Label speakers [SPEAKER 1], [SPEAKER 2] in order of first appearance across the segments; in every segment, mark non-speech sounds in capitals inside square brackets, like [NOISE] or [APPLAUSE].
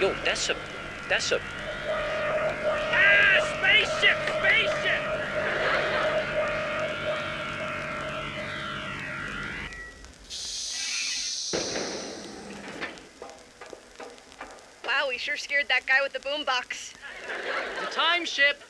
[SPEAKER 1] Yo, that's a, that's a
[SPEAKER 2] Ah, spaceship, spaceship!
[SPEAKER 3] Wow, we sure scared that guy with the boombox.
[SPEAKER 2] The time ship.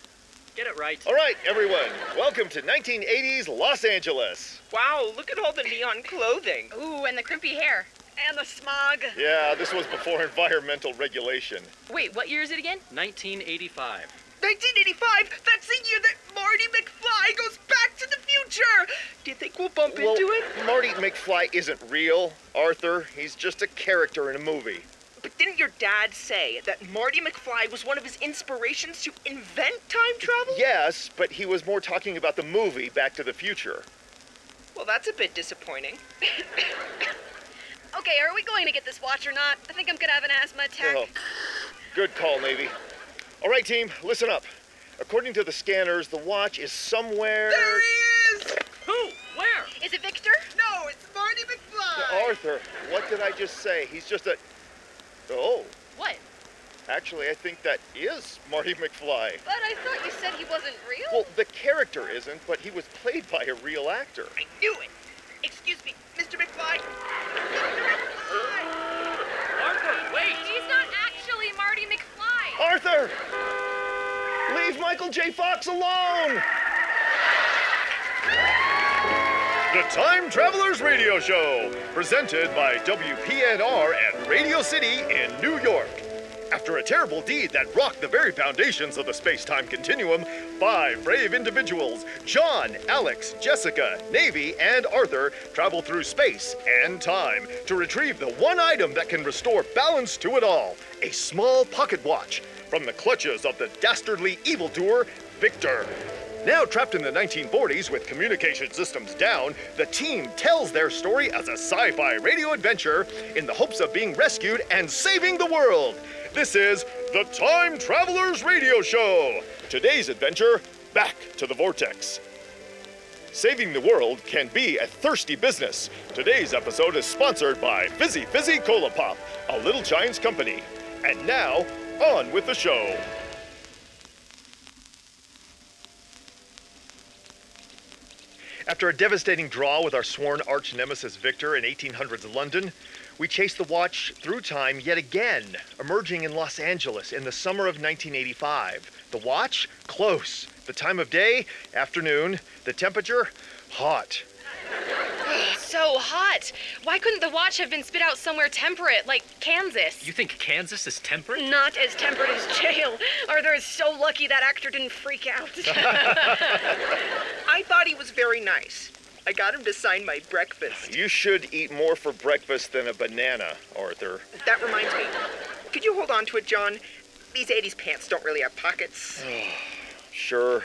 [SPEAKER 2] Get it right.
[SPEAKER 4] All right, everyone, welcome to 1980s Los Angeles.
[SPEAKER 5] Wow, look at all the neon clothing.
[SPEAKER 3] Ooh, and the crimpy hair.
[SPEAKER 6] And the smog.
[SPEAKER 4] Yeah, this was before [LAUGHS] environmental regulation.
[SPEAKER 6] Wait, what year is it again?
[SPEAKER 2] 1985.
[SPEAKER 5] 1985? That's the year that Marty McFly goes back to the future! Do you think we'll bump
[SPEAKER 4] Well,
[SPEAKER 5] into him?
[SPEAKER 4] Marty McFly isn't real, Arthur. He's just a character in a movie.
[SPEAKER 5] But didn't your dad say that Marty McFly was one of his inspirations to invent time travel?
[SPEAKER 4] Yes, but he was more talking about the movie Back to the Future.
[SPEAKER 5] Well, that's a bit disappointing.
[SPEAKER 3] Okay, are we going to get this watch or not? I think I'm gonna have an asthma attack.
[SPEAKER 4] Oh, good call, Navy. All right, team, listen up. According to the scanners, the watch is somewhere.
[SPEAKER 5] There he is!
[SPEAKER 2] Who? Where?
[SPEAKER 3] Is it Victor?
[SPEAKER 5] No, it's Marty McFly!
[SPEAKER 4] Arthur, what did I just say? He's just a. Oh,
[SPEAKER 6] What?
[SPEAKER 4] actually, I think that is Marty McFly.
[SPEAKER 3] But I thought you said he wasn't real.
[SPEAKER 4] Well, the character isn't, but he was played by a real actor.
[SPEAKER 5] I knew it! Excuse me, Mr. McFly! Mr. McFly!
[SPEAKER 2] Arthur, wait.
[SPEAKER 6] He's not actually Marty McFly.
[SPEAKER 4] Arthur! Leave Michael J. Fox alone! The Time Travelers Radio Show, presented by WPNR at Radio City in New York. After a terrible deed that rocked the very foundations of the space time continuum, five brave individuals, John, Alex, Jessica, Navy, and Arthur, travel through space and time to retrieve the one item that can restore balance to it all a small pocket watch from the clutches of the dastardly evildoer, Victor. Now trapped in the 1940s with communication systems down, the team tells their story as a sci fi radio adventure in the hopes of being rescued and saving the world. This is the Time Travelers Radio Show. Today's adventure Back to the Vortex. Saving the world can be a thirsty business. Today's episode is sponsored by Fizzy Fizzy Cola Pop, a Little Giants company. And now, on with the show. After a devastating draw with our sworn arch nemesis Victor in 1800s London, we chased the watch through time yet again, emerging in Los Angeles in the summer of 1985. The watch? Close. The time of day? Afternoon. The temperature? Hot.
[SPEAKER 6] So hot. Why couldn't the watch have been spit out somewhere temperate, like Kansas?
[SPEAKER 2] You think Kansas is temperate?
[SPEAKER 3] Not as temperate as jail. Arthur is so lucky that actor didn't
[SPEAKER 4] [LAUGHS]
[SPEAKER 3] freak out.
[SPEAKER 5] I thought he was very nice. I got him to sign my breakfast.
[SPEAKER 4] You should eat more for breakfast than a banana, Arthur. [SIGHS]
[SPEAKER 5] That reminds me. Could you hold on to it, John? These 80s pants don't really have pockets.
[SPEAKER 4] Sure.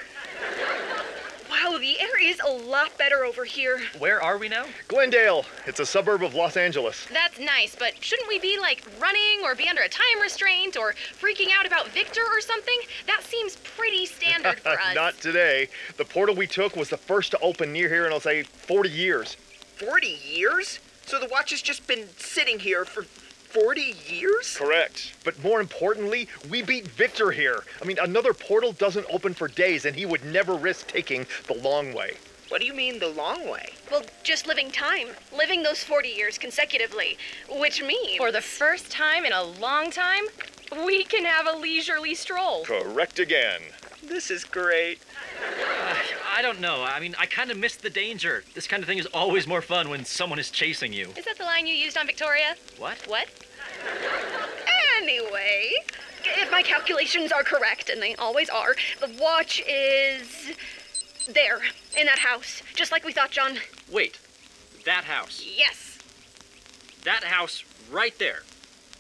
[SPEAKER 3] wow, the air is a lot better over here.
[SPEAKER 2] Where are we now?
[SPEAKER 4] Glendale. It's a suburb of Los Angeles.
[SPEAKER 6] That's nice, but shouldn't we be like running or be under a time restraint or freaking out about Victor or something? That seems pretty standard
[SPEAKER 4] [LAUGHS]
[SPEAKER 6] for us.
[SPEAKER 4] Not today. The portal we took was the first to open near here in, I'll say, 40 years.
[SPEAKER 5] 40 years? So the watch has just been sitting here for 40 years?
[SPEAKER 4] Correct. But more importantly, we beat Victor here. I mean, another portal doesn't open for days, and he would never risk taking the long way.
[SPEAKER 5] What do you mean the long way?
[SPEAKER 3] Well, just living time. Living those 40 years consecutively. Which means.
[SPEAKER 6] For the first time in a long time, we can have a leisurely stroll.
[SPEAKER 4] Correct again.
[SPEAKER 2] Mm,
[SPEAKER 5] This is great.
[SPEAKER 2] Uh, I don't know. I mean, I kind of missed the danger. This kind of thing is always more fun when someone is chasing you.
[SPEAKER 6] Is that the line you used on Victoria?
[SPEAKER 2] What?
[SPEAKER 6] What?
[SPEAKER 3] Anyway, if my calculations are correct, and they always are, the watch is there in that house, just like we thought, John.
[SPEAKER 2] Wait. That house.
[SPEAKER 3] Yes.
[SPEAKER 2] That house right there.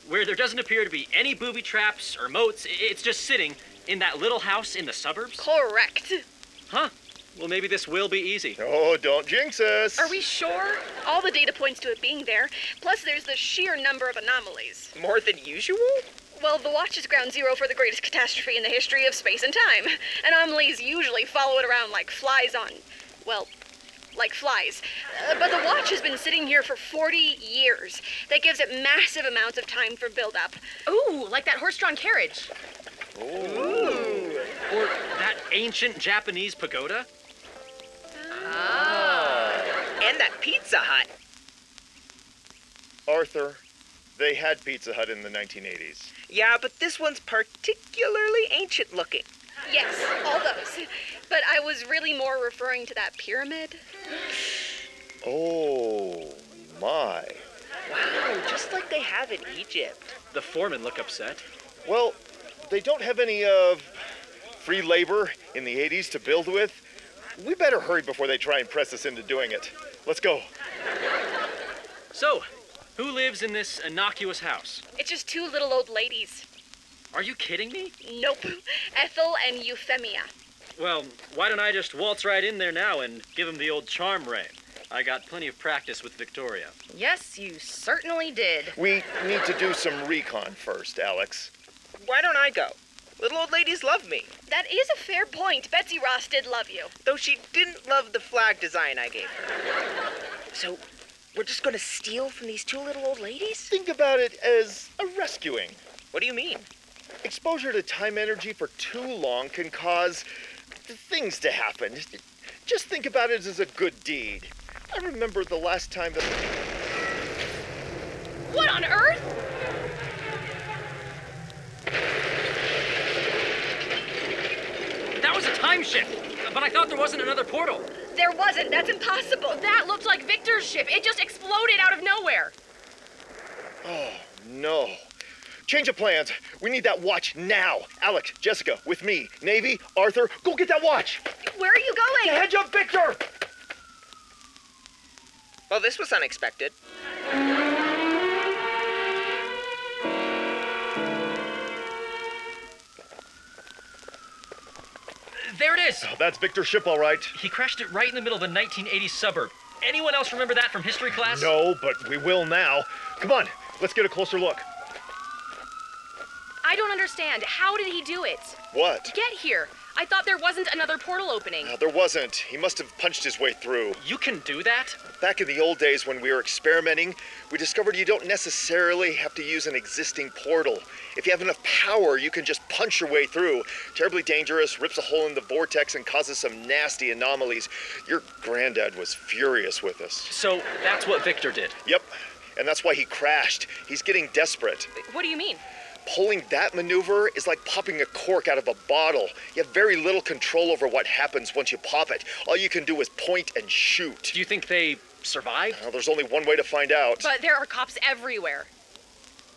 [SPEAKER 2] Where there doesn't appear to be any booby traps or moats. I- It's just sitting in that little house in the suburbs.
[SPEAKER 3] Correct.
[SPEAKER 2] Huh? Well, maybe this will be easy.
[SPEAKER 4] Oh, don't jinx us.
[SPEAKER 6] Are we sure?
[SPEAKER 3] All the data points to it being there, plus there's the sheer number of anomalies.
[SPEAKER 5] More than usual?
[SPEAKER 3] Well, the watch is ground zero for the greatest catastrophe in the history of space and time. Anomalies usually follow it around like flies on, well, like flies. Uh, but the watch has been sitting here for 40 years. That gives it massive amounts of time for buildup.
[SPEAKER 6] Ooh, like that horse-drawn carriage.
[SPEAKER 2] Or that ancient Japanese pagoda?
[SPEAKER 4] Ah.
[SPEAKER 5] And that Pizza Hut.
[SPEAKER 4] Arthur, they had Pizza Hut in the 1980s.
[SPEAKER 5] Yeah, but this one's particularly ancient looking.
[SPEAKER 3] Yes, all those. But I was really more referring to that pyramid.
[SPEAKER 4] Oh my.
[SPEAKER 5] Wow, Oh, just like they have in Egypt.
[SPEAKER 2] The foreman look upset.
[SPEAKER 4] Well, they don't have any uh, free labor in the 80s to build with. We better hurry before they try and press us into doing it. Let's go.
[SPEAKER 2] So, who lives in this innocuous house?
[SPEAKER 3] It's just two little old ladies.
[SPEAKER 2] Are you kidding me?
[SPEAKER 3] Nope. Ethel and Euphemia.
[SPEAKER 2] Well, why don't I just waltz right in there now and give him the old charm ray? I got plenty of practice with Victoria.
[SPEAKER 6] Yes, you certainly did.
[SPEAKER 4] We need to do some recon first, Alex.
[SPEAKER 5] Why don't I go? Little old ladies love me,
[SPEAKER 3] That is a fair point. Betsy Ross did love you.
[SPEAKER 5] though she didn't love the flag design I gave her. So, we're just gonna steal from these two little old ladies?
[SPEAKER 4] Think about it as a rescuing.
[SPEAKER 5] What do you mean?
[SPEAKER 4] Exposure to time energy for too long can cause things to happen. Just think about it as a good deed. I remember the last time that.
[SPEAKER 6] What on earth?
[SPEAKER 2] That was a time shift! But I thought there wasn't another portal.
[SPEAKER 3] There wasn't. That's impossible.
[SPEAKER 6] That looked like Victor's ship. It just exploded out of nowhere.
[SPEAKER 4] oh, No. Change of plans. We need that watch now. Alex, Jessica, with me. Navy, Arthur, go get that watch.
[SPEAKER 3] Where are you going?
[SPEAKER 4] Head jump, Victor!
[SPEAKER 5] Well, this was unexpected.
[SPEAKER 2] There it is!
[SPEAKER 4] Oh, That's Victor's ship, all right.
[SPEAKER 2] He crashed it right in the middle of a 1980s suburb. Anyone else remember that from history class?
[SPEAKER 4] No, but we will now. Come on, let's get a closer look.
[SPEAKER 6] I don't understand. How did he do it?
[SPEAKER 4] What? Uh,
[SPEAKER 6] Get here. I thought there wasn't another portal opening.
[SPEAKER 4] there wasn't. He must have punched his way through.
[SPEAKER 2] You can do that?
[SPEAKER 4] Back in the old days when we were experimenting, we discovered you don't necessarily have to use an existing portal. If you have enough power, you can just punch your way through. Terribly dangerous, rips a hole in the vortex, and causes some nasty anomalies. Your granddad was furious with us.
[SPEAKER 2] So that's what Victor did.
[SPEAKER 4] Yep, and that's why he crashed. He's getting desperate.
[SPEAKER 6] What do you mean?
[SPEAKER 4] Pulling that maneuver is like popping a cork out of a bottle. You have very little control over what happens once you pop it. All you can do is point and shoot.
[SPEAKER 2] Do you think they survived?
[SPEAKER 4] Now, there's only one way to find out.
[SPEAKER 6] But there are cops everywhere.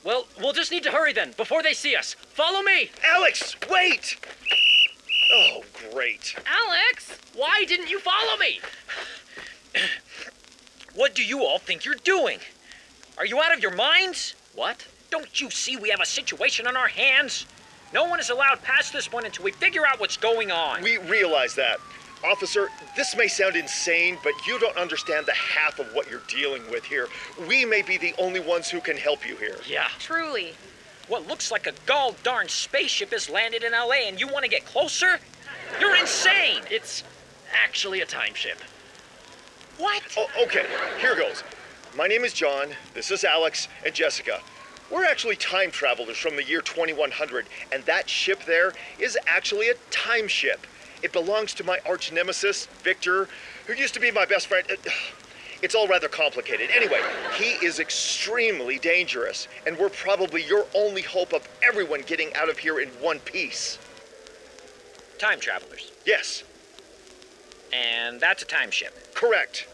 [SPEAKER 2] Well, we'll just need to hurry then, before they see us. Follow me!
[SPEAKER 4] Alex, wait! Oh, great.
[SPEAKER 6] Alex!
[SPEAKER 2] Why didn't you follow me?
[SPEAKER 1] What do you all think you're doing? Are you out of your minds?
[SPEAKER 2] What?
[SPEAKER 1] Don't you see we have a situation on our hands? No one is allowed past this one until we figure out what's going on.
[SPEAKER 4] We realize that. Officer, this may sound insane, but you don't understand the half of what you're dealing with here. We may be the only ones who can help you here.
[SPEAKER 2] Yeah.
[SPEAKER 6] Truly.
[SPEAKER 1] What looks like a gall darn spaceship has landed in LA and you want to get closer? You're insane!
[SPEAKER 2] It's actually a time ship.
[SPEAKER 1] What?
[SPEAKER 4] Oh, okay, here goes. My name is John, this is Alex, and Jessica. We're actually time travelers from the year 2100, and that ship there is actually a time ship. It belongs to my arch nemesis, Victor, who used to be my best friend. Uh, It's all rather complicated. Anyway, he is extremely dangerous, and we're probably your only hope of everyone getting out of here in one piece.
[SPEAKER 1] Time travelers.
[SPEAKER 4] Yes,
[SPEAKER 1] And that's a time ship.
[SPEAKER 4] correct.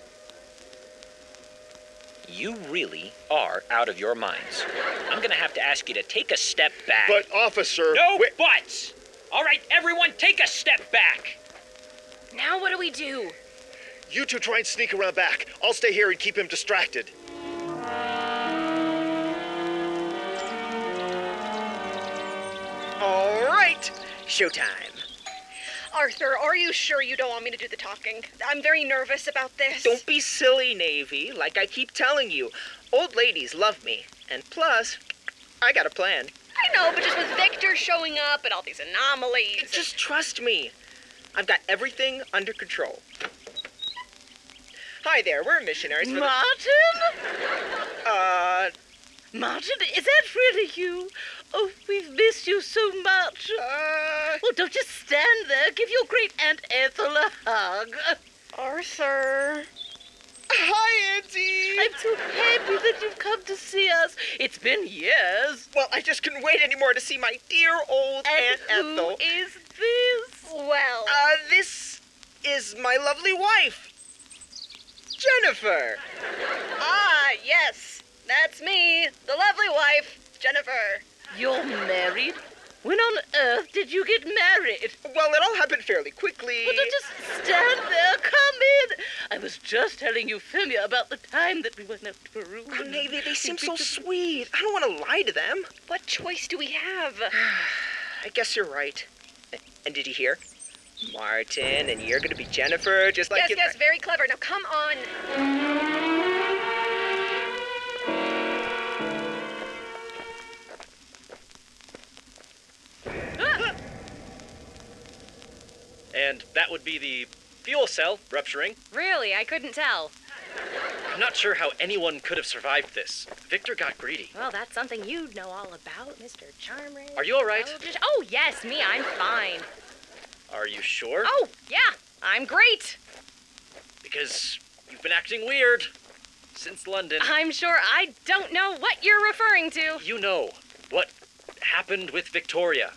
[SPEAKER 1] You really are out of your minds. I'm gonna have to ask you to take a step back.
[SPEAKER 4] But, officer.
[SPEAKER 1] no
[SPEAKER 4] wait-
[SPEAKER 1] buts! All right, everyone, take a step back!
[SPEAKER 6] Now what do we do?
[SPEAKER 4] You two try and sneak around back. I'll stay here and keep him distracted.
[SPEAKER 5] All right, showtime.
[SPEAKER 3] Arthur, are you sure you don't want me to do the talking? I'm very nervous about this.
[SPEAKER 5] Don't be silly, Navy. Like I keep telling you, old ladies love me. And plus, I got a plan.
[SPEAKER 3] I know, but just with Victor showing up and all these anomalies.
[SPEAKER 5] Just trust me. I've got everything under control. Hi there, we're missionaries. For the-
[SPEAKER 7] Martin? [LAUGHS]
[SPEAKER 5] uh,
[SPEAKER 7] Martin, is that really you? Oh, we've missed you so much.
[SPEAKER 5] uh,
[SPEAKER 7] Oh, don't just stand there. Give your great Aunt Ethel a hug.
[SPEAKER 5] Arthur. Hi, Auntie.
[SPEAKER 7] I'm so happy that you've come to see us. It's been years.
[SPEAKER 5] Well, I just couldn't wait anymore to see my dear old
[SPEAKER 7] And
[SPEAKER 5] Aunt Ethel.
[SPEAKER 7] who is this?
[SPEAKER 3] Well,
[SPEAKER 5] Uh, this is my lovely wife, Jennifer.
[SPEAKER 3] ah, yes. That's me, the lovely wife, Jennifer.
[SPEAKER 7] You're married? When on earth did you get married?
[SPEAKER 5] Well, it all happened fairly quickly.
[SPEAKER 7] Well, don't just stand there. Come in. I was just telling Euphemia about the time that we went out to Peru.
[SPEAKER 5] Oh, Navy, they seem so sweet. I don't want to lie to them.
[SPEAKER 3] What choice do we have?
[SPEAKER 5] I guess you're right. And did you hear? Martin, and you're gonna be Jennifer, just like
[SPEAKER 3] yes,
[SPEAKER 5] your-
[SPEAKER 3] yes, very clever. Now come on.
[SPEAKER 6] Ah!
[SPEAKER 2] And that would be the fuel cell rupturing.
[SPEAKER 6] Really, I couldn't tell.
[SPEAKER 2] I'm not sure how anyone could have survived this. Victor got greedy.
[SPEAKER 6] Well, that's something you'd know all about, Mr. Charmrich.
[SPEAKER 2] Are you all right?
[SPEAKER 6] Oh, just- oh, yes, me, I'm fine.
[SPEAKER 2] Are you sure?
[SPEAKER 6] Oh, yeah, I'm great.
[SPEAKER 2] Because you've been acting weird since London.
[SPEAKER 6] I'm sure I don't know what you're referring to.
[SPEAKER 2] You know what happened with Victoria.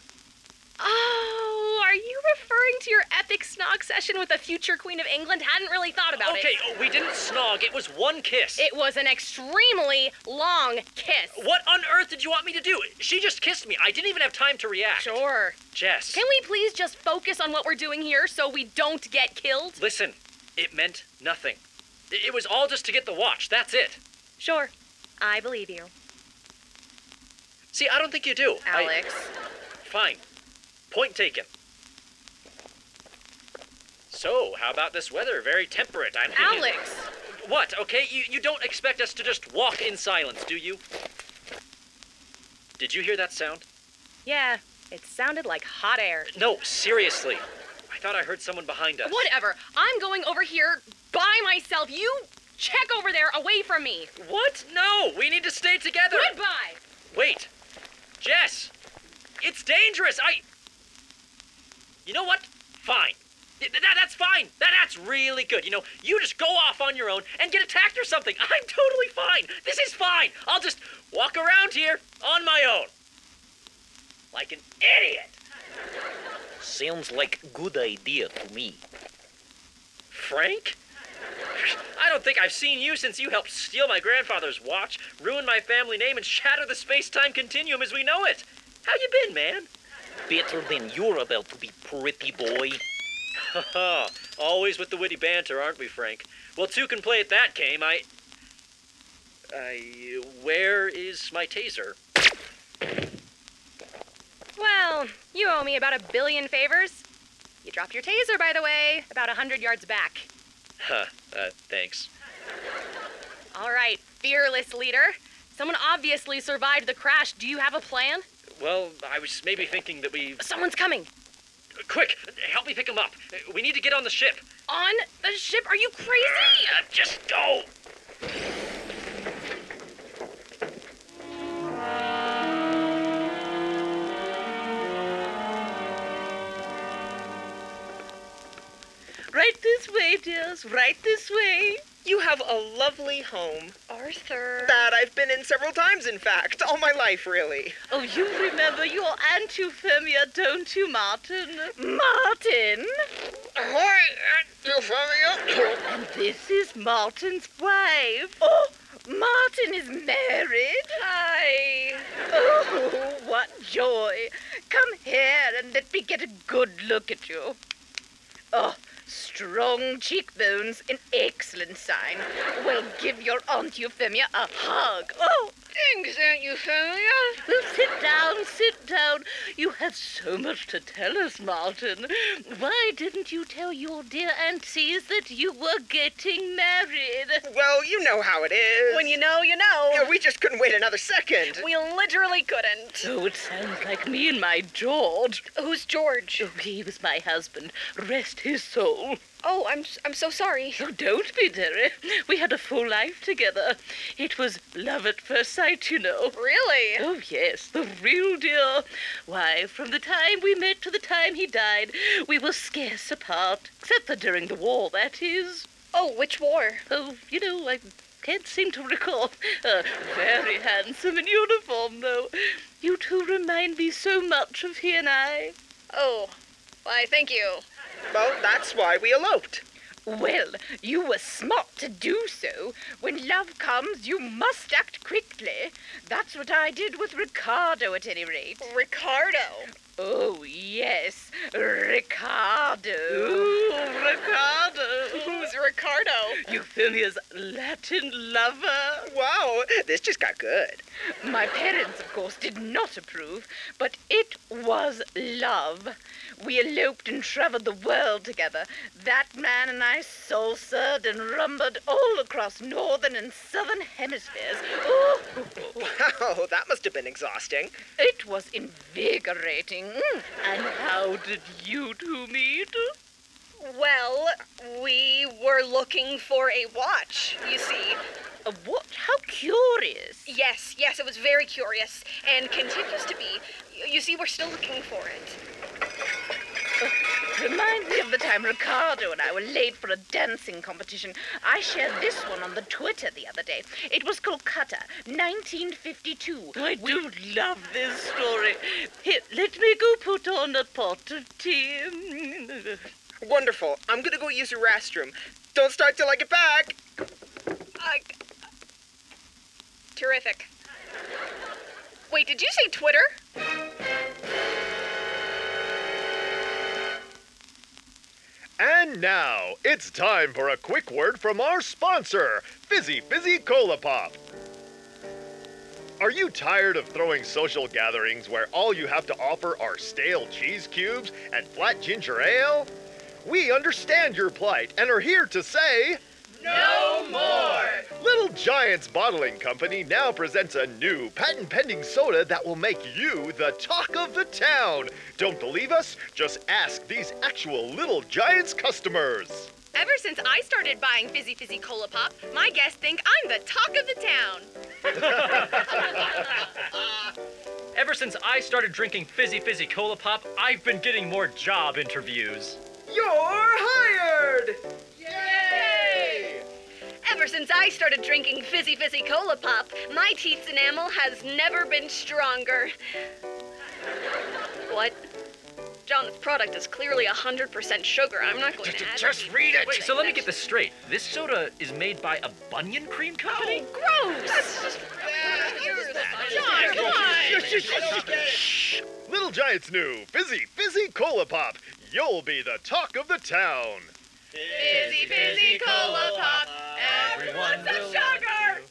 [SPEAKER 6] Oh, are you referring to your epic snog session with the future Queen of England? Hadn't really thought about
[SPEAKER 2] okay,
[SPEAKER 6] it.
[SPEAKER 2] oh, we didn't snog. It was one kiss.
[SPEAKER 6] It was an extremely long kiss.
[SPEAKER 2] what on earth did you want me to do? She just kissed me. I didn't even have time to react.
[SPEAKER 6] Sure.
[SPEAKER 2] Jess.
[SPEAKER 6] Can we please just focus on what we're doing here so we don't get killed?
[SPEAKER 2] Listen, it meant nothing. I- It was all just to get the watch. That's it.
[SPEAKER 6] Sure. I believe
[SPEAKER 2] [LAUGHS]
[SPEAKER 6] you.
[SPEAKER 2] See, I don't think you do. I-
[SPEAKER 6] Alex.
[SPEAKER 2] fine. Point taken. So, how about this weather? Very temperate, I'm thinking.
[SPEAKER 6] Alex!
[SPEAKER 2] [LAUGHS] What? Okay, you, you don't expect us to just walk in silence, do you? Did you hear that sound?
[SPEAKER 6] Yeah, it sounded like hot air.
[SPEAKER 2] No, seriously. I thought I heard someone behind us.
[SPEAKER 6] Whatever. I'm going over here by myself. You check over there away from me.
[SPEAKER 2] What? No, we need to stay together.
[SPEAKER 6] Goodbye.
[SPEAKER 2] Wait. Jess, it's dangerous. I. You know what? Fine. Th- th- that's fine. That- that's really good. You know, you just go off on your own and get attacked or something. [LAUGHS] I'm totally fine. This is fine. I'll just walk around here on my own. Like an idiot.
[SPEAKER 8] Sounds like good idea to me.
[SPEAKER 2] Frank? [LAUGHS] I don't think I've seen you since you helped steal my grandfather's watch, ruin my family name, and shatter the space-time continuum as we know it. How you been, man?
[SPEAKER 8] Better than you're about to be, pretty boy.
[SPEAKER 2] Haha, [LAUGHS] always with the witty banter, aren't we, Frank? Well, two can play at that game. I. I. Where is my taser? [LAUGHS]
[SPEAKER 6] Well, you owe me about a billion favors. You dropped your taser, by the way, about a hundred yards back.
[SPEAKER 2] Huh, uh, thanks.
[SPEAKER 6] All right, fearless leader. Someone obviously survived the crash. Do you have a plan?
[SPEAKER 2] Well, I was maybe thinking that we.
[SPEAKER 6] Someone's coming.
[SPEAKER 2] Quick, help me pick him up. We need to get on the ship.
[SPEAKER 6] On the ship? Are you crazy?
[SPEAKER 2] Uh, just go!
[SPEAKER 7] Right this way, dears. Right this way.
[SPEAKER 5] You have a lovely home
[SPEAKER 3] Arthur.
[SPEAKER 5] that I've been in several times, in fact, all my life, really.
[SPEAKER 7] Oh, you remember your Aunt Euphemia, don't you, Martin? Martin?
[SPEAKER 5] Hi, Aunt Euphemia.
[SPEAKER 7] And this is Martin's wife. Oh, Martin is married. Hi. Oh, what joy. Come here and let me get a good look at you. Oh, strong cheekbones, an excellent sign. Well, give your Aunt Euphemia a hug. Oh,
[SPEAKER 3] Thanks, Aunt Euphemia.
[SPEAKER 7] well, sit down, sit down. You have so much to tell us, Martin. Why didn't you tell your dear aunties that you were getting married?
[SPEAKER 5] Well, you know Oh, how it is.
[SPEAKER 3] When you know, you know.
[SPEAKER 5] Yeah, we just couldn't wait another second.
[SPEAKER 3] We literally couldn't.
[SPEAKER 7] Oh, it sounds like me and my George.
[SPEAKER 3] Who's George?
[SPEAKER 7] Oh, he was my husband. Rest his soul.
[SPEAKER 3] Oh, I'm s- I'm so sorry.
[SPEAKER 7] Oh, don't be, dearie. We had a full life together. It was love at first sight, you know.
[SPEAKER 3] Really?
[SPEAKER 7] Oh, yes, the real deal. Why, from the time we met to the time he died, we were scarce apart. Except for during the war, that is.
[SPEAKER 3] Oh, which war?
[SPEAKER 7] Oh, you know, I can't seem to recall. Uh, very handsome in uniform, though. You two remind me so much of he and I.
[SPEAKER 3] Oh, why? Thank you.
[SPEAKER 5] Well, that's why we eloped.
[SPEAKER 7] Well, you were smart to do so. When love comes, you must act quickly. That's what I did with Ricardo, at any rate.
[SPEAKER 3] Ricardo.
[SPEAKER 7] Oh, yes, Ricardo. Ooh, Ricardo.
[SPEAKER 3] Who's Ricardo?
[SPEAKER 7] Euphemia's Latin lover.
[SPEAKER 5] Wow, this just got good.
[SPEAKER 7] My parents, of course, did not approve, but it was love. We eloped and traveled the world together. That man and I salsaed and rumbled all across northern and southern hemispheres. Ooh,
[SPEAKER 5] Wow, that must have been exhausting.
[SPEAKER 7] it was invigorating. Mm. And how did you two meet?
[SPEAKER 3] Well, we were looking for a watch, you see.
[SPEAKER 7] Uh, what? How curious.
[SPEAKER 3] Yes, yes, it was very curious and continues to be. Y- You see, we're still looking for it.
[SPEAKER 7] Reminds me of the time Ricardo and I were late for a dancing competition. I shared this one on the Twitter the other day. It was Kolkata, 1952. I do love this story. Here, let me go put on a pot of tea.
[SPEAKER 5] Wonderful. I'm gonna go use the restroom. Don't start till I get back.
[SPEAKER 3] I... Terrific. Wait, did you say Twitter?
[SPEAKER 4] And now, it's time for a quick word from our sponsor, Fizzy Fizzy Cola Pop. Are you tired of throwing social gatherings where all you have to offer are stale cheese cubes and flat ginger ale? We understand your plight and are here to say. No more! Little Giants Bottling Company now presents a new patent pending soda that will make you the talk of the town. Don't believe us? Just ask these actual Little Giants customers.
[SPEAKER 6] Ever since I started buying Fizzy Fizzy Cola Pop, my guests think I'm the talk of the town.
[SPEAKER 2] [LAUGHS] Ever since I started drinking fizzy fizzy cola pop, I've been getting more job interviews.
[SPEAKER 5] You're hired!
[SPEAKER 3] Ever since I started drinking Fizzy Fizzy Cola Pop, my teeth's enamel has never been stronger. What? John, this product is clearly 100% sugar. I'm not going to add
[SPEAKER 8] Just read it.
[SPEAKER 2] Wait, so let me get this straight. This soda is made by a Bunyan Cream Company?
[SPEAKER 4] Little Giants new Fizzy Fizzy Cola Pop. You'll be the talk of the town.
[SPEAKER 6] Fizzy Fizzy Cola Pop, everyone's a sugar.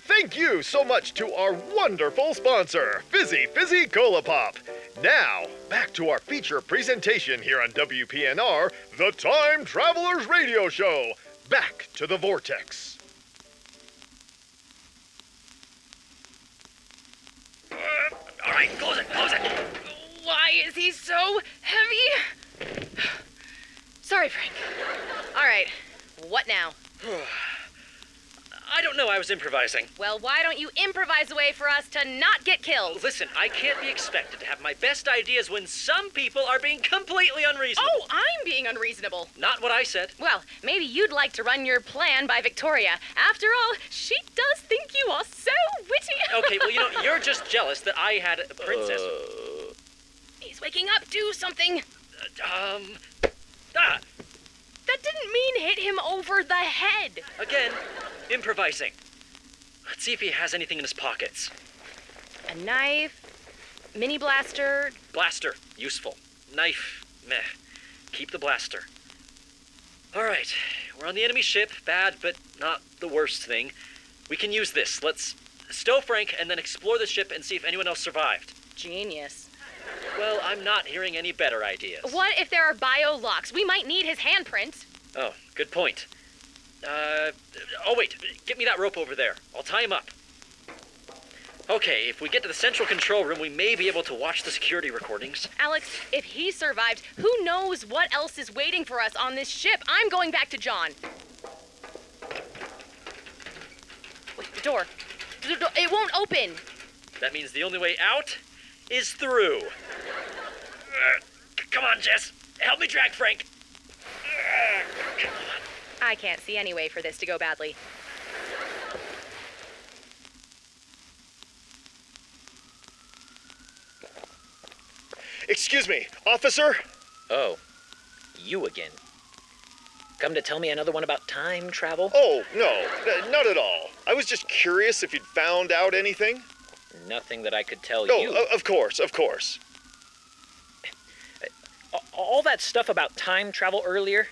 [SPEAKER 4] Thank you so much to our wonderful sponsor, Fizzy Fizzy Cola Pop. Now, back to our feature presentation here on WPNR, the Time Travelers Radio Show. Back to the Vortex.
[SPEAKER 8] Uh,
[SPEAKER 2] All right, close it, close it.
[SPEAKER 6] Why is he so heavy? Sorry, Frank. All right, what now?
[SPEAKER 2] [SIGHS] I don't know, I was improvising.
[SPEAKER 6] Well, why don't you improvise a way for us to not get killed?
[SPEAKER 2] Listen, I can't be expected to have my best ideas when some people are being completely unreasonable.
[SPEAKER 6] Oh, I'm being unreasonable.
[SPEAKER 2] Not what I said.
[SPEAKER 6] Well, maybe you'd like to run your plan by Victoria. After all, she does think you are so witty.
[SPEAKER 2] Okay, well, you
[SPEAKER 6] [LAUGHS]
[SPEAKER 2] know, you're just jealous that I had a princess.
[SPEAKER 6] He's waking up. Do something.
[SPEAKER 2] Um. Ah,
[SPEAKER 6] That didn't mean hit him over the head.
[SPEAKER 2] again, improvising. Let's see if he has anything in his pockets.
[SPEAKER 6] A knife, mini blaster.
[SPEAKER 2] Blaster, useful. Knife, meh. Keep the blaster. Alright, we're on the enemy ship. Bad, but not the worst thing. We can use this. Let's stow Frank and then explore the ship and see if anyone else survived.
[SPEAKER 7] Genius.
[SPEAKER 2] Well, I'm not hearing any better ideas.
[SPEAKER 6] What if there are bio locks? We might need his handprint.
[SPEAKER 2] Oh, good point. Uh, oh wait, get me that rope over there. I'll tie him up. Okay, if we get to the central control room, we may be able to watch the security recordings.
[SPEAKER 6] Alex, if he survived, who knows what else is waiting for us on this ship? I'm going back to John. Wait, the door. The door- It won't open.
[SPEAKER 2] That means the only way out is through. Uh, c- come on, Jess. Help me drag Frank.
[SPEAKER 6] I can't see any way for this to go badly.
[SPEAKER 4] Excuse me, officer?
[SPEAKER 8] Oh, you again. Come to tell me another one about time travel?
[SPEAKER 4] Oh, no, n- not at all. I was just curious if you'd found out anything.
[SPEAKER 8] Nothing that I could tell
[SPEAKER 4] No,
[SPEAKER 8] you.
[SPEAKER 4] o- of course, of course.
[SPEAKER 8] A- All that stuff about time travel earlier,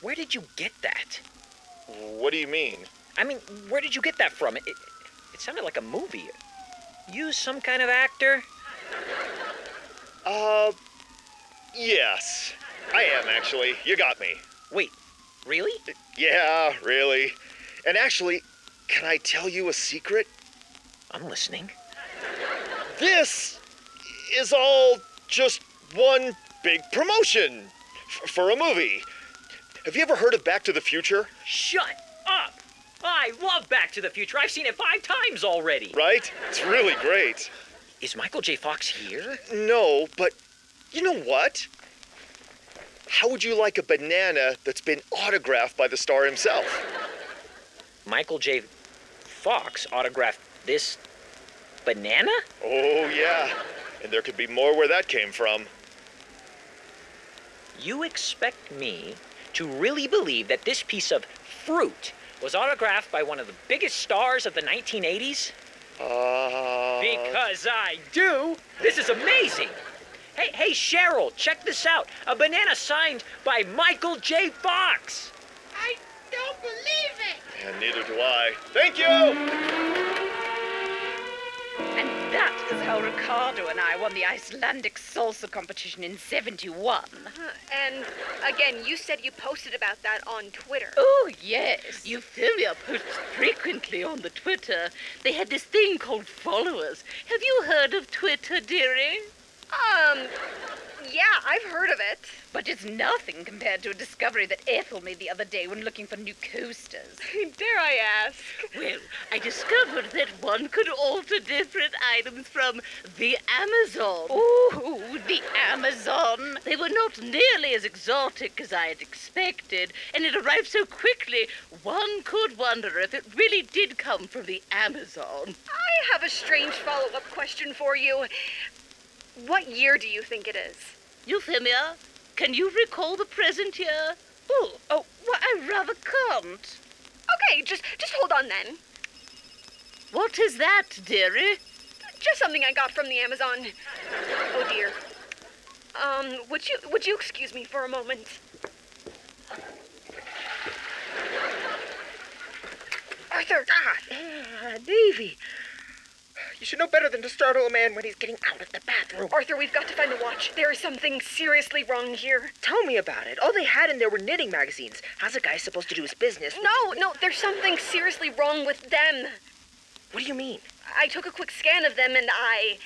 [SPEAKER 8] where did you get that?
[SPEAKER 4] What do you mean?
[SPEAKER 8] I mean, where did you get that from? It, it sounded like a movie. You some kind of actor?
[SPEAKER 4] Uh, yes. I am, actually. You got me.
[SPEAKER 8] Wait, really?
[SPEAKER 4] Yeah, really. And actually, can I tell you a secret?
[SPEAKER 8] I'm listening.
[SPEAKER 4] This is all just one big promotion f- for a movie. Have you ever heard of Back to the Future?
[SPEAKER 2] Shut up! I love Back to the Future. I've seen it five times already.
[SPEAKER 4] Right? It's really great.
[SPEAKER 8] Is Michael J. Fox here?
[SPEAKER 4] No, but you know what? How would you like a banana that's been autographed by the star himself?
[SPEAKER 8] Michael J. Fox autographed this banana?
[SPEAKER 4] Oh, yeah. And there could be more where that came from.
[SPEAKER 8] You expect me to really believe that this piece of fruit was autographed by one of the biggest stars of the 1980s?
[SPEAKER 4] Uh,
[SPEAKER 8] Because I do. This is amazing. Hey, hey, Cheryl, check this out. A banana signed by Michael J. Fox.
[SPEAKER 9] I don't believe it.
[SPEAKER 4] And neither do I. Thank you!
[SPEAKER 7] And that is how Ricardo and I won the Icelandic salsa competition in 71.
[SPEAKER 3] And again, you said you posted about that on Twitter.
[SPEAKER 7] Oh, yes. Euphemia posts frequently on the Twitter. They had this thing called followers. Have you heard of Twitter, [LAUGHS] dearie?
[SPEAKER 3] Um, yeah, I've heard of it.
[SPEAKER 7] But it's nothing compared to a discovery that Ethel made the other day when looking for new coasters.
[SPEAKER 3] Dare I ask?
[SPEAKER 9] Well, I discovered that one could alter different items from the Amazon.
[SPEAKER 7] Ooh, the Amazon.
[SPEAKER 9] They were not nearly as exotic as I had expected, and it arrived so quickly, one could wonder if it really did come from the Amazon.
[SPEAKER 3] I have a strange follow up question for you. What year do you think it is?
[SPEAKER 9] Euphemia, ah? can you recall the present year?
[SPEAKER 7] Ooh, oh, well, I rather can't.
[SPEAKER 3] Okay, just just hold on then.
[SPEAKER 9] What is that, dearie?
[SPEAKER 3] Just something I got from the Amazon. Oh dear. Um, would you would you excuse me for a moment? Arthur, ah,
[SPEAKER 5] Ah, Davy. You should know better than to startle a man when he's getting out of the bathroom.
[SPEAKER 3] Arthur, we've got to find the watch. There is something seriously wrong here.
[SPEAKER 5] Tell me about it. All they had in there were knitting magazines. How's a guy supposed to do his business?
[SPEAKER 3] No, no, there's something seriously wrong with them.
[SPEAKER 5] What do you mean?
[SPEAKER 3] I took a quick scan of them and I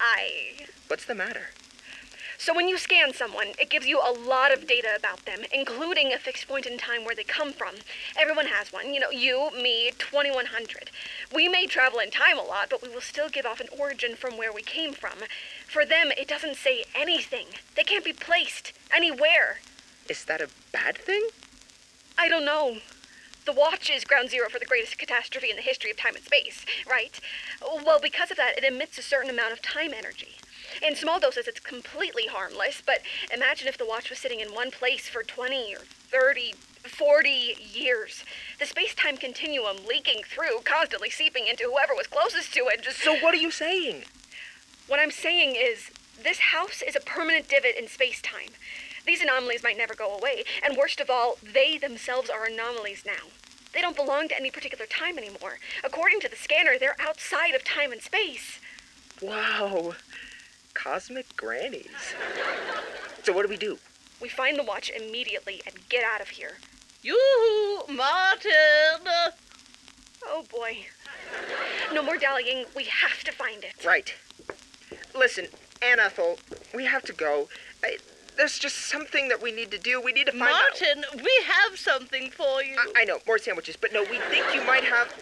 [SPEAKER 3] I
[SPEAKER 5] What's the matter?
[SPEAKER 3] So when you scan someone, it gives you a lot of data about them, including a fixed point in time where they come from. Everyone has one. You know, you, me, 2100. We may travel in time a lot, but we will still give off an origin from where we came from. For them, it doesn't say anything. They can't be placed anywhere.
[SPEAKER 5] Is that a bad thing?
[SPEAKER 3] I don't know. The watch is ground zero for the greatest catastrophe in the history of time and space, right? Well, because of that, it emits a certain amount of time energy. In small doses, it's completely harmless, but imagine if the watch was sitting in one place for 20 or 30, 40 years. The space time continuum leaking through, constantly seeping into whoever was closest to it, just
[SPEAKER 5] So what are you saying?
[SPEAKER 3] what I'm saying is, this house is a permanent divot in space time. These anomalies might never go away, and worst of all, they themselves are anomalies now. They don't belong to any particular time anymore. According to the scanner, they're outside of time and space.
[SPEAKER 5] Wow. Cosmic grannies. So what do we do?
[SPEAKER 3] We find the watch immediately and get out of here.
[SPEAKER 9] You, Martin!
[SPEAKER 3] Oh boy. No more dallying. We have to find it.
[SPEAKER 5] Right. Listen, Ann Ethel, we have to go. I, there's just something that we need to do. We need to find out.
[SPEAKER 9] Martin, we have something for you.
[SPEAKER 5] I, I know, more sandwiches, but no, we think you might have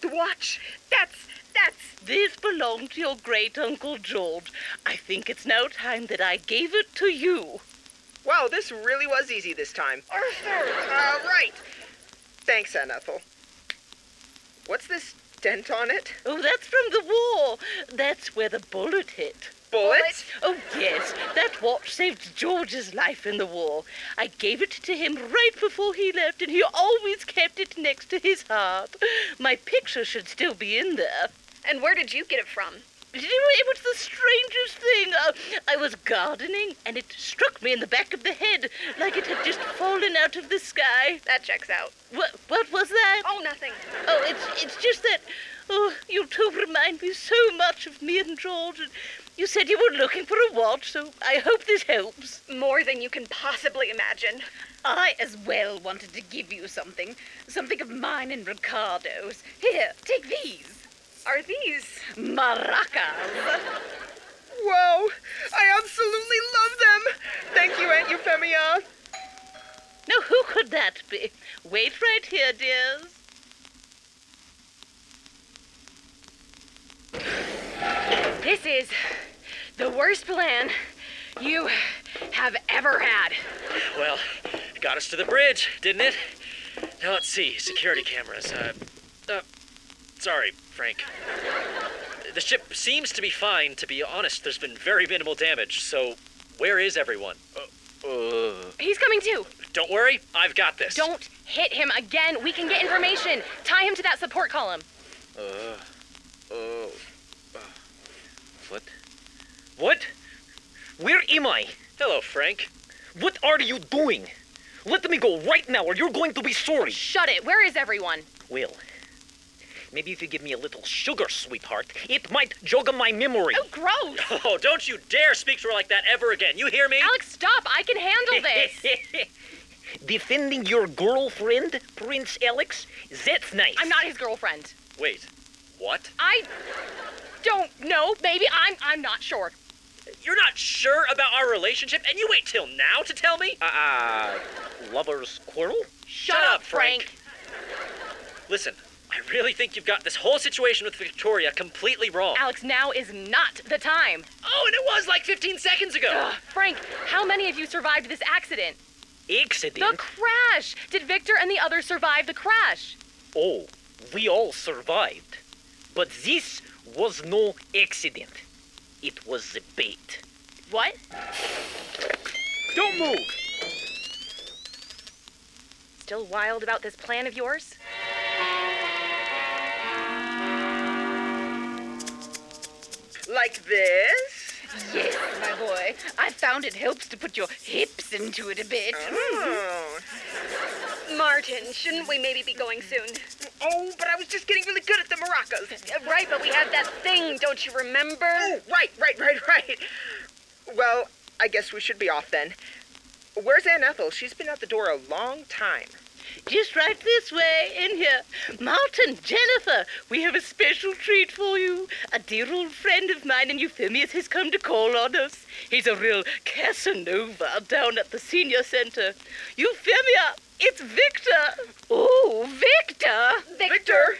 [SPEAKER 5] the watch.
[SPEAKER 3] Uh, That's that's
[SPEAKER 9] This belonged to your great uncle George. I think it's now time that I gave it to you.
[SPEAKER 5] Wow, this really was easy this time.
[SPEAKER 3] Arthur.
[SPEAKER 5] All uh, right. Thanks, Ann Ethel. What's this dent on it?
[SPEAKER 9] Oh, that's from the war. That's where the bullet hit.
[SPEAKER 5] Bullets?
[SPEAKER 9] Oh, yes, that watch saved George's life in the war. I gave it to him right before he left, and he always kept it next to his heart. My picture should still be in there.
[SPEAKER 3] And where did you get it from?
[SPEAKER 9] You know, It was the strangest thing. Uh, I was gardening, and it struck me in the back of the head like it had just fallen out of the sky.
[SPEAKER 3] That checks out.
[SPEAKER 9] What, what was that?
[SPEAKER 3] Oh, nothing.
[SPEAKER 9] Oh, it's it's just that. Oh, you two remind me so much of me and George. And you said you were looking for a watch, so I hope this helps.
[SPEAKER 3] More than you can possibly imagine.
[SPEAKER 7] I as well wanted to give you something. Something of mine and Ricardo's. Here, take these.
[SPEAKER 3] Are these?
[SPEAKER 7] Maracas.
[SPEAKER 5] Whoa! I absolutely love them! Thank you, Aunt Euphemia.
[SPEAKER 9] Now, who could that be? Wait right here, dears.
[SPEAKER 10] This is the worst plan you have ever had.
[SPEAKER 2] Well, it got us to the bridge, didn't it? Now let's see. Security cameras. Uh, uh, sorry, Frank. The ship seems to be fine. To be honest, there's been very minimal damage. So, where is everyone? Uh, uh,
[SPEAKER 10] He's coming to.
[SPEAKER 2] don't worry, I've got this.
[SPEAKER 10] Don't hit him again. We can get information. Tie him to that support column.
[SPEAKER 2] Uh, oh. uh, What? What? Where am I? Hello, Frank. What are you doing? Let me go right now, or you're going to be sorry.
[SPEAKER 10] Shut it. Where is everyone?
[SPEAKER 2] Will. Maybe if you give me a little sugar, sweetheart, it might jog my memory.
[SPEAKER 10] Oh, gross.
[SPEAKER 2] Oh, don't you dare speak to her like that ever again. You hear me?
[SPEAKER 10] Alex, stop. I can handle this.
[SPEAKER 2] [LAUGHS]
[SPEAKER 8] Defending your girlfriend, Prince Alex? That's nice.
[SPEAKER 10] I'm not his girlfriend.
[SPEAKER 2] Wait. What?
[SPEAKER 10] I don't know. Maybe I'm I'm not sure.
[SPEAKER 2] You're not sure about our relationship, and you wait till now to tell me?
[SPEAKER 8] Uh, lovers quarrel?
[SPEAKER 10] Shut,
[SPEAKER 2] up, Frank. Listen, I really think you've got this whole situation with Victoria completely wrong.
[SPEAKER 10] Alex, now is not the time.
[SPEAKER 2] Oh, and it was like 15 seconds ago.
[SPEAKER 10] Ugh, Frank, how many of you survived this accident? The
[SPEAKER 8] Accident?
[SPEAKER 10] crash! Did Victor and the others survive the crash?
[SPEAKER 8] oh, we all survived. But this was no accident. It was the bait.
[SPEAKER 10] What?
[SPEAKER 8] Don't move!
[SPEAKER 10] Still wild about this plan of yours?
[SPEAKER 5] Like this?
[SPEAKER 7] yes, my boy. I found it helps to put your hips into it a bit.
[SPEAKER 5] Oh.
[SPEAKER 3] Martin, shouldn't we maybe be going soon?
[SPEAKER 5] oh, but I was just getting really good at the maracas.
[SPEAKER 3] Uh, Right, but we have that thing, don't you remember?
[SPEAKER 5] Oh, right, right, right, right. Well, I guess we should be off then. Where's Aunt Ethel? She's been out the door a long time.
[SPEAKER 9] Just right this way, in here. Martin, Jennifer, we have a special treat for you. A dear old friend of mine in Euphemius has come to call on us. He's a real Casanova down at the senior center. Euphemia, it's Victor. Oh, Victor.
[SPEAKER 5] Victor!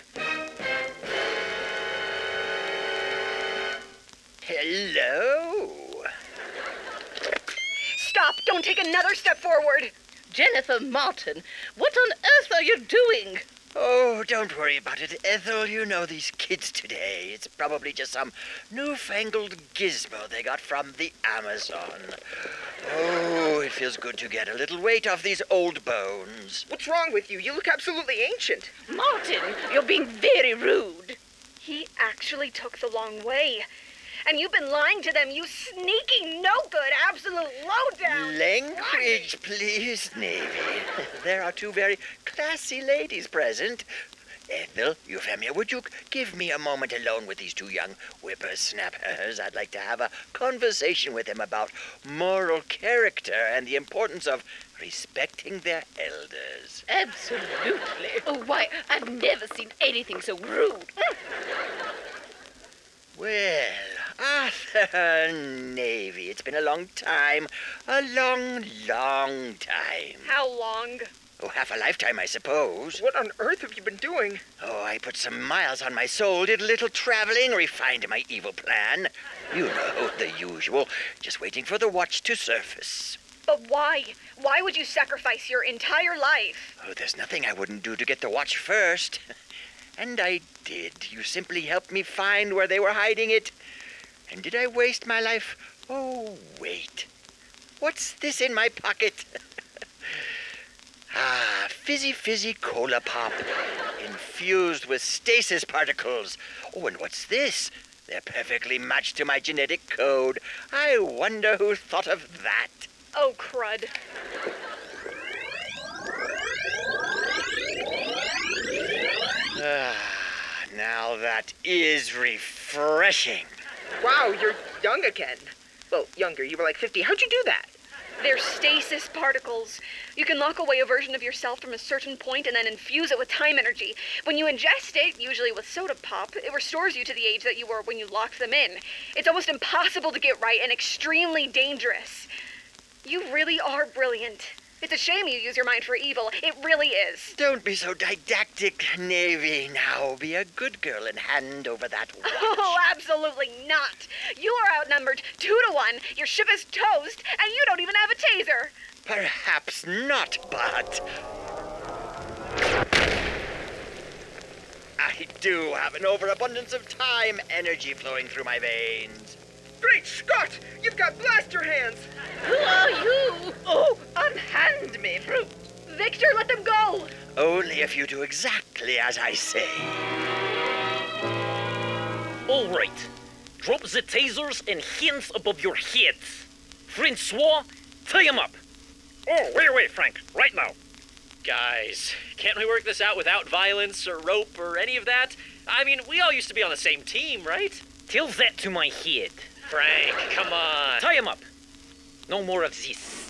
[SPEAKER 5] Hello.
[SPEAKER 3] Stop! Don't take another step forward!
[SPEAKER 9] Jennifer Martin, what on earth are you doing?
[SPEAKER 11] Oh, don't worry about it, Ethel. You know these kids today. It's probably just some newfangled gizmo they got from the Amazon. Oh, it feels good to get a little weight off these old bones.
[SPEAKER 5] What's wrong with you? You look absolutely ancient.
[SPEAKER 7] Martin, you're being very rude.
[SPEAKER 3] He actually took the long way. And you've been lying to them, you sneaky, no good, absolute lowdown!
[SPEAKER 11] Language, [LAUGHS] please, Navy. there are two very classy ladies present. Ethel, Euphemia, would you give me a moment alone with these two young whippersnappers? I'd like to have a conversation with them about moral character and the importance of respecting their elders.
[SPEAKER 7] Absolutely. Oh, why, I've never seen anything so rude.
[SPEAKER 11] Well, Arthur Navy, it's been a long time. A long, long time.
[SPEAKER 3] How long?
[SPEAKER 11] Oh, half a lifetime, I suppose.
[SPEAKER 5] What on earth have you been doing?
[SPEAKER 11] Oh, I put some miles on my soul, did a little traveling, refined my evil plan. You know, the usual. Just waiting for the watch to surface.
[SPEAKER 3] But why? Why would you sacrifice your entire life?
[SPEAKER 11] Oh, there's nothing I wouldn't do to get the watch first. [LAUGHS] And I did. You simply helped me find where they were hiding it. And did I waste my life? Oh, wait. What's this in my pocket? [LAUGHS] ah, fizzy fizzy cola pop, infused with stasis particles. Oh, and what's this? They're perfectly matched to my genetic code. I wonder who thought of that.
[SPEAKER 3] Oh, crud.
[SPEAKER 11] Ah, now that is refreshing.
[SPEAKER 5] Wow, you're young again. Well, younger. You were like 50. How'd you do that?
[SPEAKER 3] They're stasis particles. You can lock away a version of yourself from a certain point and then infuse it with time energy. When you ingest it, usually with soda pop, it restores you to the age that you were when you locked them in. It's almost impossible to get right and extremely dangerous. You really are brilliant. It's a shame you use your mind for evil. It really is. [LAUGHS]
[SPEAKER 11] Don't be so didactic, Navy. Now be a good girl and hand over that watch.
[SPEAKER 3] Oh, absolutely not. You are outnumbered two to one. Your ship is toast, and you don't even have a taser.
[SPEAKER 11] Perhaps not, but. I do have an overabundance of time energy flowing through my veins.
[SPEAKER 5] Great Scott! You've got blaster hands!
[SPEAKER 7] Who are you?
[SPEAKER 5] Oh, unhand me, brute!
[SPEAKER 3] Victor, let them go!
[SPEAKER 11] Only if you do exactly as I say.
[SPEAKER 2] All right. Drop the tasers and hands above your heads. Francois, tie him up.
[SPEAKER 8] Oh, wait, wait, Frank. Right now.
[SPEAKER 2] Guys, can't we work this out without violence or rope or any of that? I mean, we all used to be on the same team, right?
[SPEAKER 8] Tell that to my head.
[SPEAKER 2] Frank, come on.
[SPEAKER 8] Tie him up. No more of this.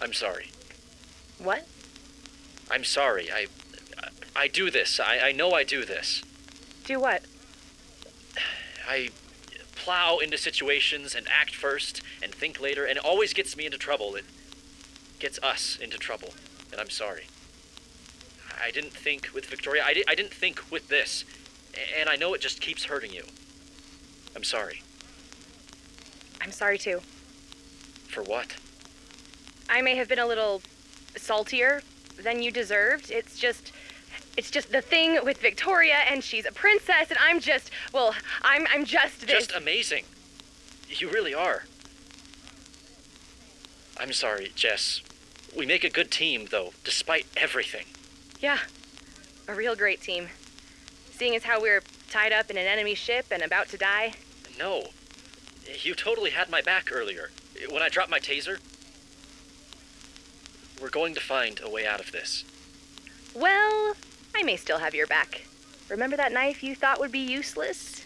[SPEAKER 2] I'm sorry.
[SPEAKER 7] What?
[SPEAKER 2] I'm sorry. I, I, I do this. I, I know I do this.
[SPEAKER 7] Do what?
[SPEAKER 2] I plow into situations and act first and think later, and it always gets me into trouble. It gets us into trouble, and I'm sorry. I didn't think with Victoria. I, di- I didn't think with this, a- and I know it just keeps hurting you. I'm sorry.
[SPEAKER 6] I'm sorry too.
[SPEAKER 2] For what?
[SPEAKER 6] I may have been a little saltier than you deserved. It's just it's just the thing with Victoria and she's a princess and I'm just well, I'm I'm just this
[SPEAKER 2] Just amazing. You really are. I'm sorry, Jess. We make a good team, though, despite everything.
[SPEAKER 6] Yeah. A real great team. Seeing as how we're tied up in an enemy ship and about to die.
[SPEAKER 2] No. You totally had my back earlier, when I dropped my taser. We're going to find a way out of this. [LAUGHS]
[SPEAKER 6] Well, I may still have your back. Remember that knife you thought would be useless?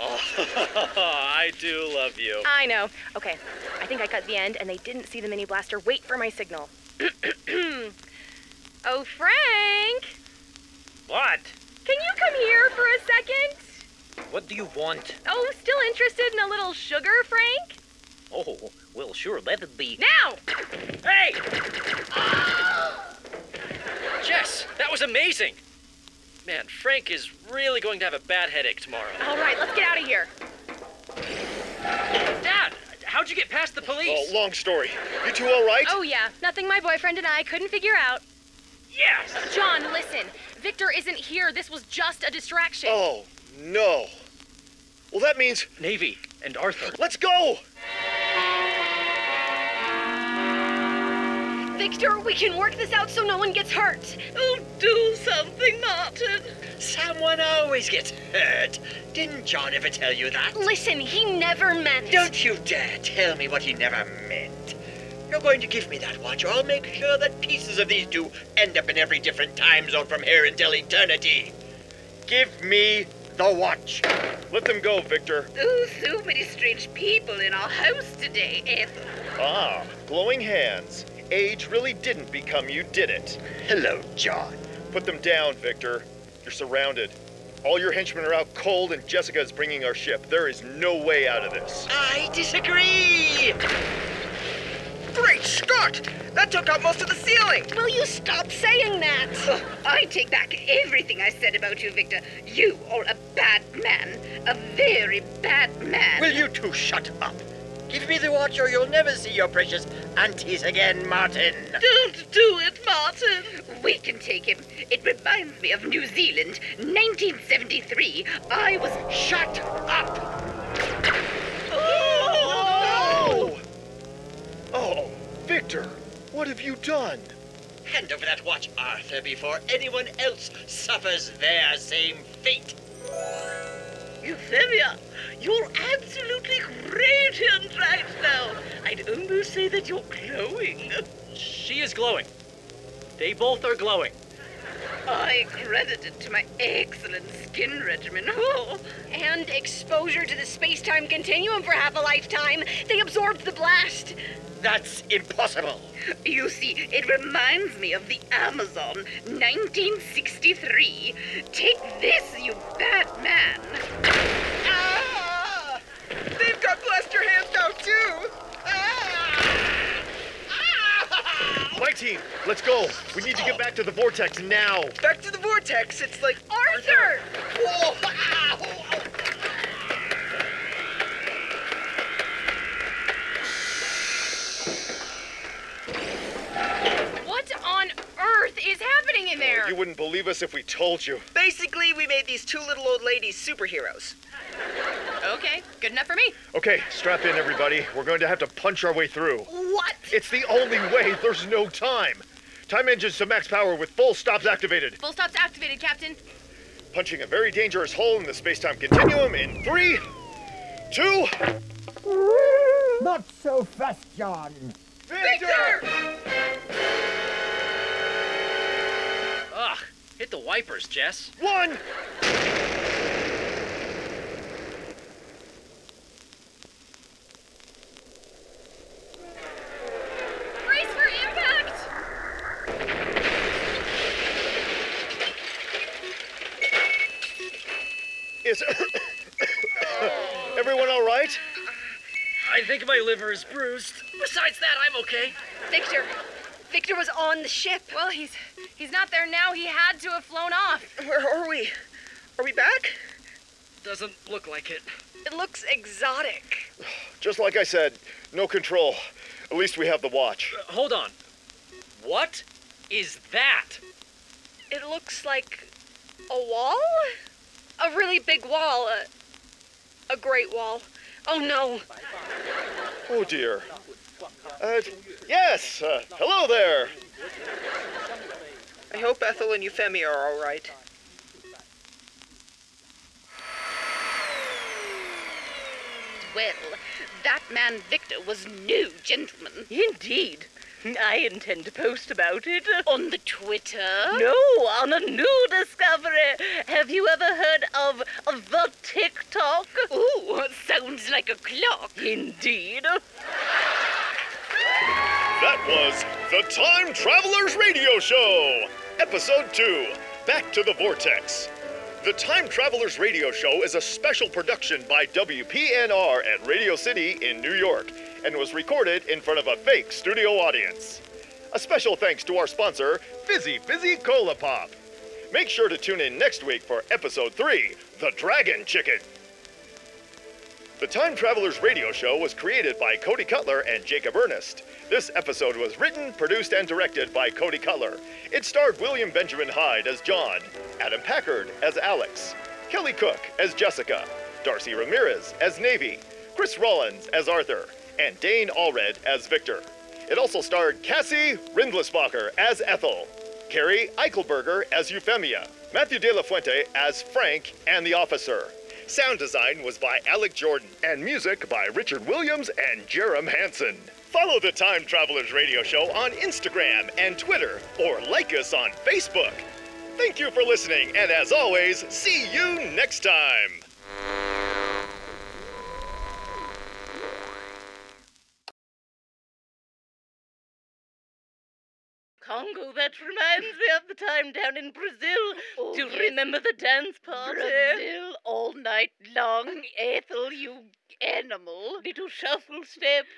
[SPEAKER 2] Oh, I do love you.
[SPEAKER 6] I know. Okay, I think I cut the end and they didn't see the mini blaster. Wait for my signal. [CLEARS THROAT] oh, Frank!
[SPEAKER 8] What?
[SPEAKER 6] Can you come here for a second?
[SPEAKER 8] What do you want?
[SPEAKER 6] Oh, still interested in a little sugar, Frank?
[SPEAKER 8] Oh, well, sure, let it be.
[SPEAKER 6] Now!
[SPEAKER 8] Hey!
[SPEAKER 2] Jess, that was amazing! Man, Frank is really going to have a bad headache tomorrow.
[SPEAKER 6] [GASPS] All right, let's get out of
[SPEAKER 4] Oh,
[SPEAKER 6] here.
[SPEAKER 2] Dad, how'd you get past the police?
[SPEAKER 4] Oh, long story. You two all right?
[SPEAKER 6] Oh, yeah, nothing my boyfriend and I couldn't figure out.
[SPEAKER 8] Yes!
[SPEAKER 6] John, listen. Victor isn't here. This was just a distraction.
[SPEAKER 4] Oh, no. Well, that means
[SPEAKER 2] Navy and Arthur.
[SPEAKER 4] let's go!
[SPEAKER 3] Victor, we can work this out so no one gets hurt.
[SPEAKER 12] Oh, do something, Martin.
[SPEAKER 11] Someone always gets hurt. Didn't John ever tell you that?
[SPEAKER 3] Listen, he never meant.
[SPEAKER 11] Don't you dare tell me what he never meant. you're going to give me that watch, or I'll make sure that pieces of these two end up in every different time zone from here until eternity. Give me the watch.
[SPEAKER 4] Let them go, Victor.
[SPEAKER 7] Oh, so many strange people in our house today, Ethel.
[SPEAKER 4] Ah, glowing hands. Age really didn't become you, did it?
[SPEAKER 11] Hello, John.
[SPEAKER 4] Put them down, Victor. You're surrounded. All your henchmen are out cold, and Jessica is bringing our ship. There is no way out of this.
[SPEAKER 11] I disagree!
[SPEAKER 5] Great Scott! That took out most of the ceiling!
[SPEAKER 7] Will you stop saying that? I take back everything I said about you, Victor. You are a bad man. A very bad man.
[SPEAKER 11] Will you two shut up? Give me the watch, or you'll never see your precious aunties again, Martin.
[SPEAKER 7] Don't do it, Martin. We can take him. It reminds me of New Zealand, 1973. I was.
[SPEAKER 11] Shut up!
[SPEAKER 4] Oh! Oh, Victor, what have you done?
[SPEAKER 11] Hand over that watch, Arthur, before anyone else suffers their same fate.
[SPEAKER 9] Euphemia, you're absolutely radiant right now. I'd almost say that you're glowing.
[SPEAKER 2] She is glowing. They both are glowing.
[SPEAKER 7] I credit it to my excellent skin regimen. Oh.
[SPEAKER 3] And exposure to the space time continuum for half a lifetime. They absorbed the blast.
[SPEAKER 11] That's impossible.
[SPEAKER 7] You see, it reminds me of the Amazon, 1963. Take this, you bad man.
[SPEAKER 5] Ah! They've got blaster hands now, too!
[SPEAKER 4] My team, let's go. We need to get back to the vortex now.
[SPEAKER 5] Back to the vortex, it's like.
[SPEAKER 7] Arthur!
[SPEAKER 5] Whoa!
[SPEAKER 6] What on earth is happening in there?
[SPEAKER 4] You wouldn't believe us if we told you.
[SPEAKER 5] Basically, we made these two little old ladies superheroes.
[SPEAKER 6] Okay, good enough for me.
[SPEAKER 4] Okay, strap in, everybody. We're going to have to punch our way through.
[SPEAKER 7] What?
[SPEAKER 4] It's the only way. There's no time. Time engines to max power with full stops activated.
[SPEAKER 6] Full stops activated, Captain.
[SPEAKER 4] Punching a very dangerous hole in the space time continuum in three, two.
[SPEAKER 13] Not so fast, John.
[SPEAKER 2] Ugh, hit the wipers, Jess.
[SPEAKER 4] One!
[SPEAKER 6] Brace for impact!
[SPEAKER 4] Is [COUGHS] everyone all right?
[SPEAKER 2] I think my liver is bruised. Besides that, I'm okay.
[SPEAKER 3] Victor. Victor was on the ship.
[SPEAKER 6] Well, he's he's not there now. He had to have flown off.
[SPEAKER 5] Where are we? Are we back?
[SPEAKER 2] Doesn't look like it.
[SPEAKER 3] It looks exotic.
[SPEAKER 4] Just like I said, no control. At least we have the watch.
[SPEAKER 2] Uh, hold on. What is that?
[SPEAKER 3] It looks like a wall? A really big wall. A, a great wall. Oh no.
[SPEAKER 4] Oh dear. Uh, yes. Uh, hello there.
[SPEAKER 5] I hope Ethel and Euphemia are all right.
[SPEAKER 7] Well, that man Victor was no gentleman.
[SPEAKER 9] Indeed. I intend to post about it.
[SPEAKER 7] On the Twitter?
[SPEAKER 9] No, on a new discovery. Have you ever heard of the TikTok?
[SPEAKER 7] Ooh, sounds like a clock.
[SPEAKER 9] Indeed.
[SPEAKER 4] That was the Time Travelers Radio Show, Episode 2 Back to the Vortex. The Time Travelers Radio Show is a special production by WPNR at Radio City in New York and was recorded in front of a fake studio audience. A special thanks to our sponsor, Fizzy Fizzy Cola Pop. Make sure to tune in next week for Episode 3 The Dragon Chicken. The Time Travelers Radio Show was created by Cody Cutler and Jacob Ernest. This episode was written, produced, and directed by Cody Cutler. It starred William Benjamin Hyde as John, Adam Packard as Alex, Kelly Cook as Jessica, Darcy Ramirez as Navy, Chris Rollins as Arthur, and Dane Allred as Victor. It also starred Cassie Rindlisbacher as Ethel, Carrie Eichelberger as Euphemia, Matthew De La Fuente as Frank and the Officer. Sound design was by Alec Jordan, and music by Richard Williams and Jerem Hansen. Follow the Time Travelers Radio Show on Instagram and Twitter, or like us on Facebook. Thank you for listening, and as always, see you next time.
[SPEAKER 9] Congo, that reminds me of the time down in Brazil.
[SPEAKER 7] Oh,
[SPEAKER 9] Do you remember the dance party? Brazil all night long. Ethel, you animal. Little shuffle step,